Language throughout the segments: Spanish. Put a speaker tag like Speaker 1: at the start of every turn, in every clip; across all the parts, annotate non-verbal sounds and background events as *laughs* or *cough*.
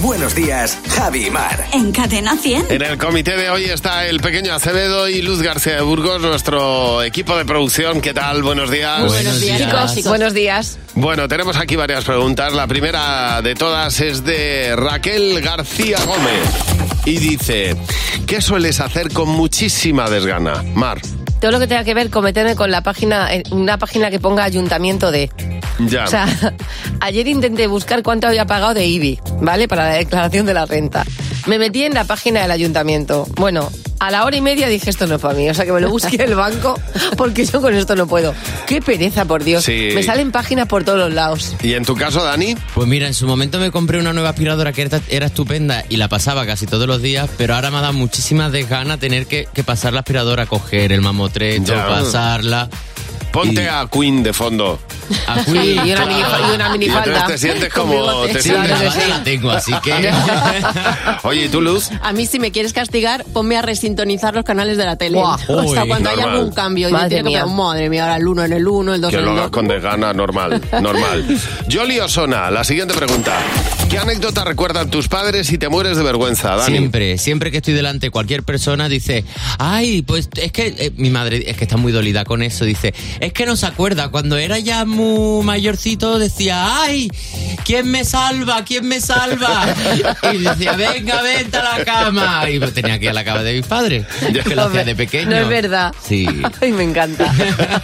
Speaker 1: Buenos días, Javi y Mar.
Speaker 2: En Cadena 100.
Speaker 3: En el comité de hoy está el pequeño Acevedo y Luz García de Burgos, nuestro equipo de producción. ¿Qué tal? Buenos días.
Speaker 4: Buenos días. Chicos, chicos. Buenos días.
Speaker 3: Bueno, tenemos aquí varias preguntas. La primera de todas es de Raquel García Gómez. Y dice, ¿qué sueles hacer con muchísima desgana? Mar.
Speaker 4: Todo lo que tenga que ver con meterme con la página, eh, una página que ponga ayuntamiento de.
Speaker 3: Ya.
Speaker 5: Ah.
Speaker 4: O sea, *laughs* ayer intenté buscar cuánto había pagado de IBI, ¿vale? Para la declaración de la renta. Me metí en la página del ayuntamiento. Bueno, a la hora y media dije esto no es para mí, o sea que me lo busqué en el banco *laughs* porque yo con esto no puedo. Qué pereza, por Dios.
Speaker 3: Sí.
Speaker 4: Me salen páginas por todos los lados.
Speaker 3: ¿Y en tu caso, Dani?
Speaker 5: Pues mira, en su momento me compré una nueva aspiradora que era, era estupenda y la pasaba casi todos los días, pero ahora me ha dado muchísimas desganas tener que, que pasar la aspiradora, coger el mamotrecho,
Speaker 3: Ya.
Speaker 5: pasarla.
Speaker 3: Ponte
Speaker 5: Y-
Speaker 3: a Queen de
Speaker 4: *laughs*
Speaker 3: fondo.
Speaker 5: A
Speaker 6: *laughs*
Speaker 4: Sí,
Speaker 5: *laughs*
Speaker 4: y una mini- y una
Speaker 3: Y entonces
Speaker 4: minifalda.
Speaker 3: te sientes
Speaker 4: Con
Speaker 3: como...
Speaker 4: bigote.
Speaker 3: Te
Speaker 5: Sí,
Speaker 3: sientes-
Speaker 5: la verdad la tengo, así
Speaker 4: *laughs*
Speaker 5: que... *laughs*
Speaker 3: Oye, ¿y tú, Luz?
Speaker 6: A mí, si me quieres castigar, ponme a resintonizar los canales de la tele.
Speaker 4: Buah.
Speaker 6: o sea,
Speaker 5: Uy,
Speaker 6: cuando hay
Speaker 3: normal.
Speaker 6: algún cambio, yo
Speaker 4: Madre
Speaker 6: tengo que
Speaker 4: mía.
Speaker 6: poner, madre mía, ahora el 1 en el 1, el 2
Speaker 3: Que
Speaker 6: en
Speaker 3: lo
Speaker 6: el
Speaker 3: hagas
Speaker 6: 2.
Speaker 3: con desgana, normal, normal.
Speaker 4: *laughs*
Speaker 3: Yoli Osona, la siguiente pregunta. ¿Qué anécdota recuerdan tus padres si te mueres de vergüenza, Dani?
Speaker 5: Siempre, siempre que estoy delante de cualquier persona dice, ay, pues es que eh, mi madre es que está muy dolida con eso, dice, es que no se acuerda, cuando era ya muy mayorcito decía, ay, ¿quién me salva? ¿quién me salva?
Speaker 3: *laughs*
Speaker 5: Y decía, venga, vente a la cama. Y pues tenía que ir a la cama de mis padres, que lo hacía de pequeño.
Speaker 4: No
Speaker 5: *laughs*
Speaker 4: es verdad.
Speaker 5: Sí.
Speaker 4: *laughs* Ay, me encanta.
Speaker 3: *laughs*
Speaker 5: *laughs*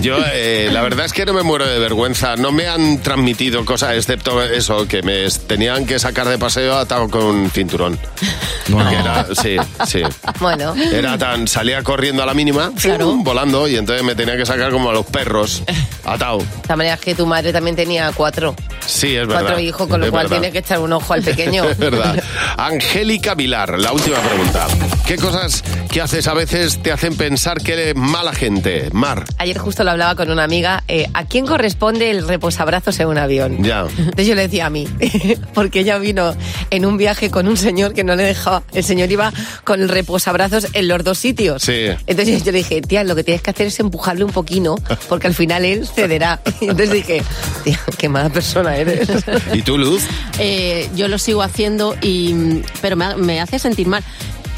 Speaker 3: Yo, eh, la verdad es que no me muero de vergüenza. No me han transmitido cosas, excepto eso, que me s- tenían que sacar de paseo atado con un cinturón.
Speaker 5: No.
Speaker 3: Que era- sí, sí.
Speaker 4: Bueno.
Speaker 3: Era tan, salía corriendo a la mínima, ¡fum! volando, y entonces me tenía que sacar como a los perros, atado.
Speaker 4: De La manera es que tu madre también tenía cuatro,
Speaker 3: Sí, es verdad.
Speaker 4: cuatro hijos, con lo
Speaker 3: Es
Speaker 4: cual
Speaker 3: verdad.
Speaker 4: tienes que echar un ojo al pequeño.
Speaker 3: *laughs* Es verdad. Angélica Vilar, la última pregunta. ¿Qué cosas que haces a veces te hacen pensar que eres mala gente? Mar,
Speaker 4: *laughs* Ayer justo lo hablaba con una amiga. eh, ¿A quién corresponde el reposabrazos en un avión?
Speaker 3: ya.
Speaker 4: Entonces yo le decía a mí, *laughs* porque ella vino en un viaje con un señor que no le dejaba. El señor iba con el reposabrazos en los dos sitios.
Speaker 3: Sí.
Speaker 4: Entonces yo le dije, tía, lo que tienes que hacer es empujarle un poquito, porque al final él cederá. *laughs* Y entonces dije, tía, qué mala persona eres. *laughs*
Speaker 3: ¿Y tú, Luz?
Speaker 6: Eh, yo lo sigo haciendo, y, mm, pero me, ha- me hace sentir mal.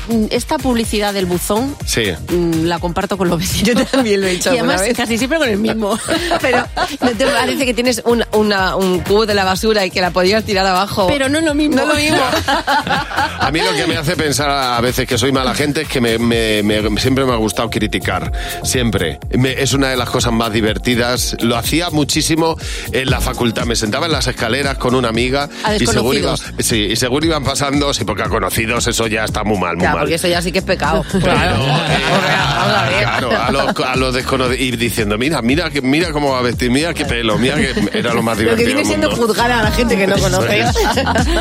Speaker 6: Mm, Esta publicidad del buzón
Speaker 3: Sí.
Speaker 6: mm, la comparto con los vecinos.
Speaker 4: Yo también lo he hecho
Speaker 6: *laughs* Y
Speaker 4: alguna
Speaker 6: además,
Speaker 4: vez.
Speaker 6: casi siempre con el mismo. *laughs*
Speaker 4: *laughs* Pero no te parece que tienes un, una- un cubo de la basura y que la podrías tirar abajo.
Speaker 6: Pero no es lo mismo.
Speaker 4: No es lo mismo.
Speaker 6: *laughs*
Speaker 3: A mí lo que me hace pensar a veces que soy mala gente es que me, me- me- siempre me ha gustado criticar. Siempre. Me- es una de las cosas más divertidas. Lo hacía muchísimo en la facultad. Me sentaba en las escaleras con una amiga.
Speaker 6: A
Speaker 3: y seguro, iba-
Speaker 6: desconocidos.
Speaker 3: sí, y seguro iban pasando. Sí, porque a conocidos eso ya está muy mal, muy
Speaker 4: Ya,
Speaker 3: mal.
Speaker 4: porque eso ya sí que es pecado.
Speaker 3: Pero,
Speaker 4: *laughs* Claro.
Speaker 3: eh,
Speaker 4: Vamos a ver.
Speaker 3: claro, a los, a los desconocidos. Ir diciendo, mira, mira, que- mira cómo va a vestir, mira qué pelo, mira que era lo más
Speaker 4: Lo
Speaker 3: divertido.
Speaker 4: que viene
Speaker 3: del
Speaker 4: siendo
Speaker 3: mundo.
Speaker 4: juzgar a la gente que no
Speaker 3: *laughs* Eso
Speaker 4: conoces.
Speaker 3: es.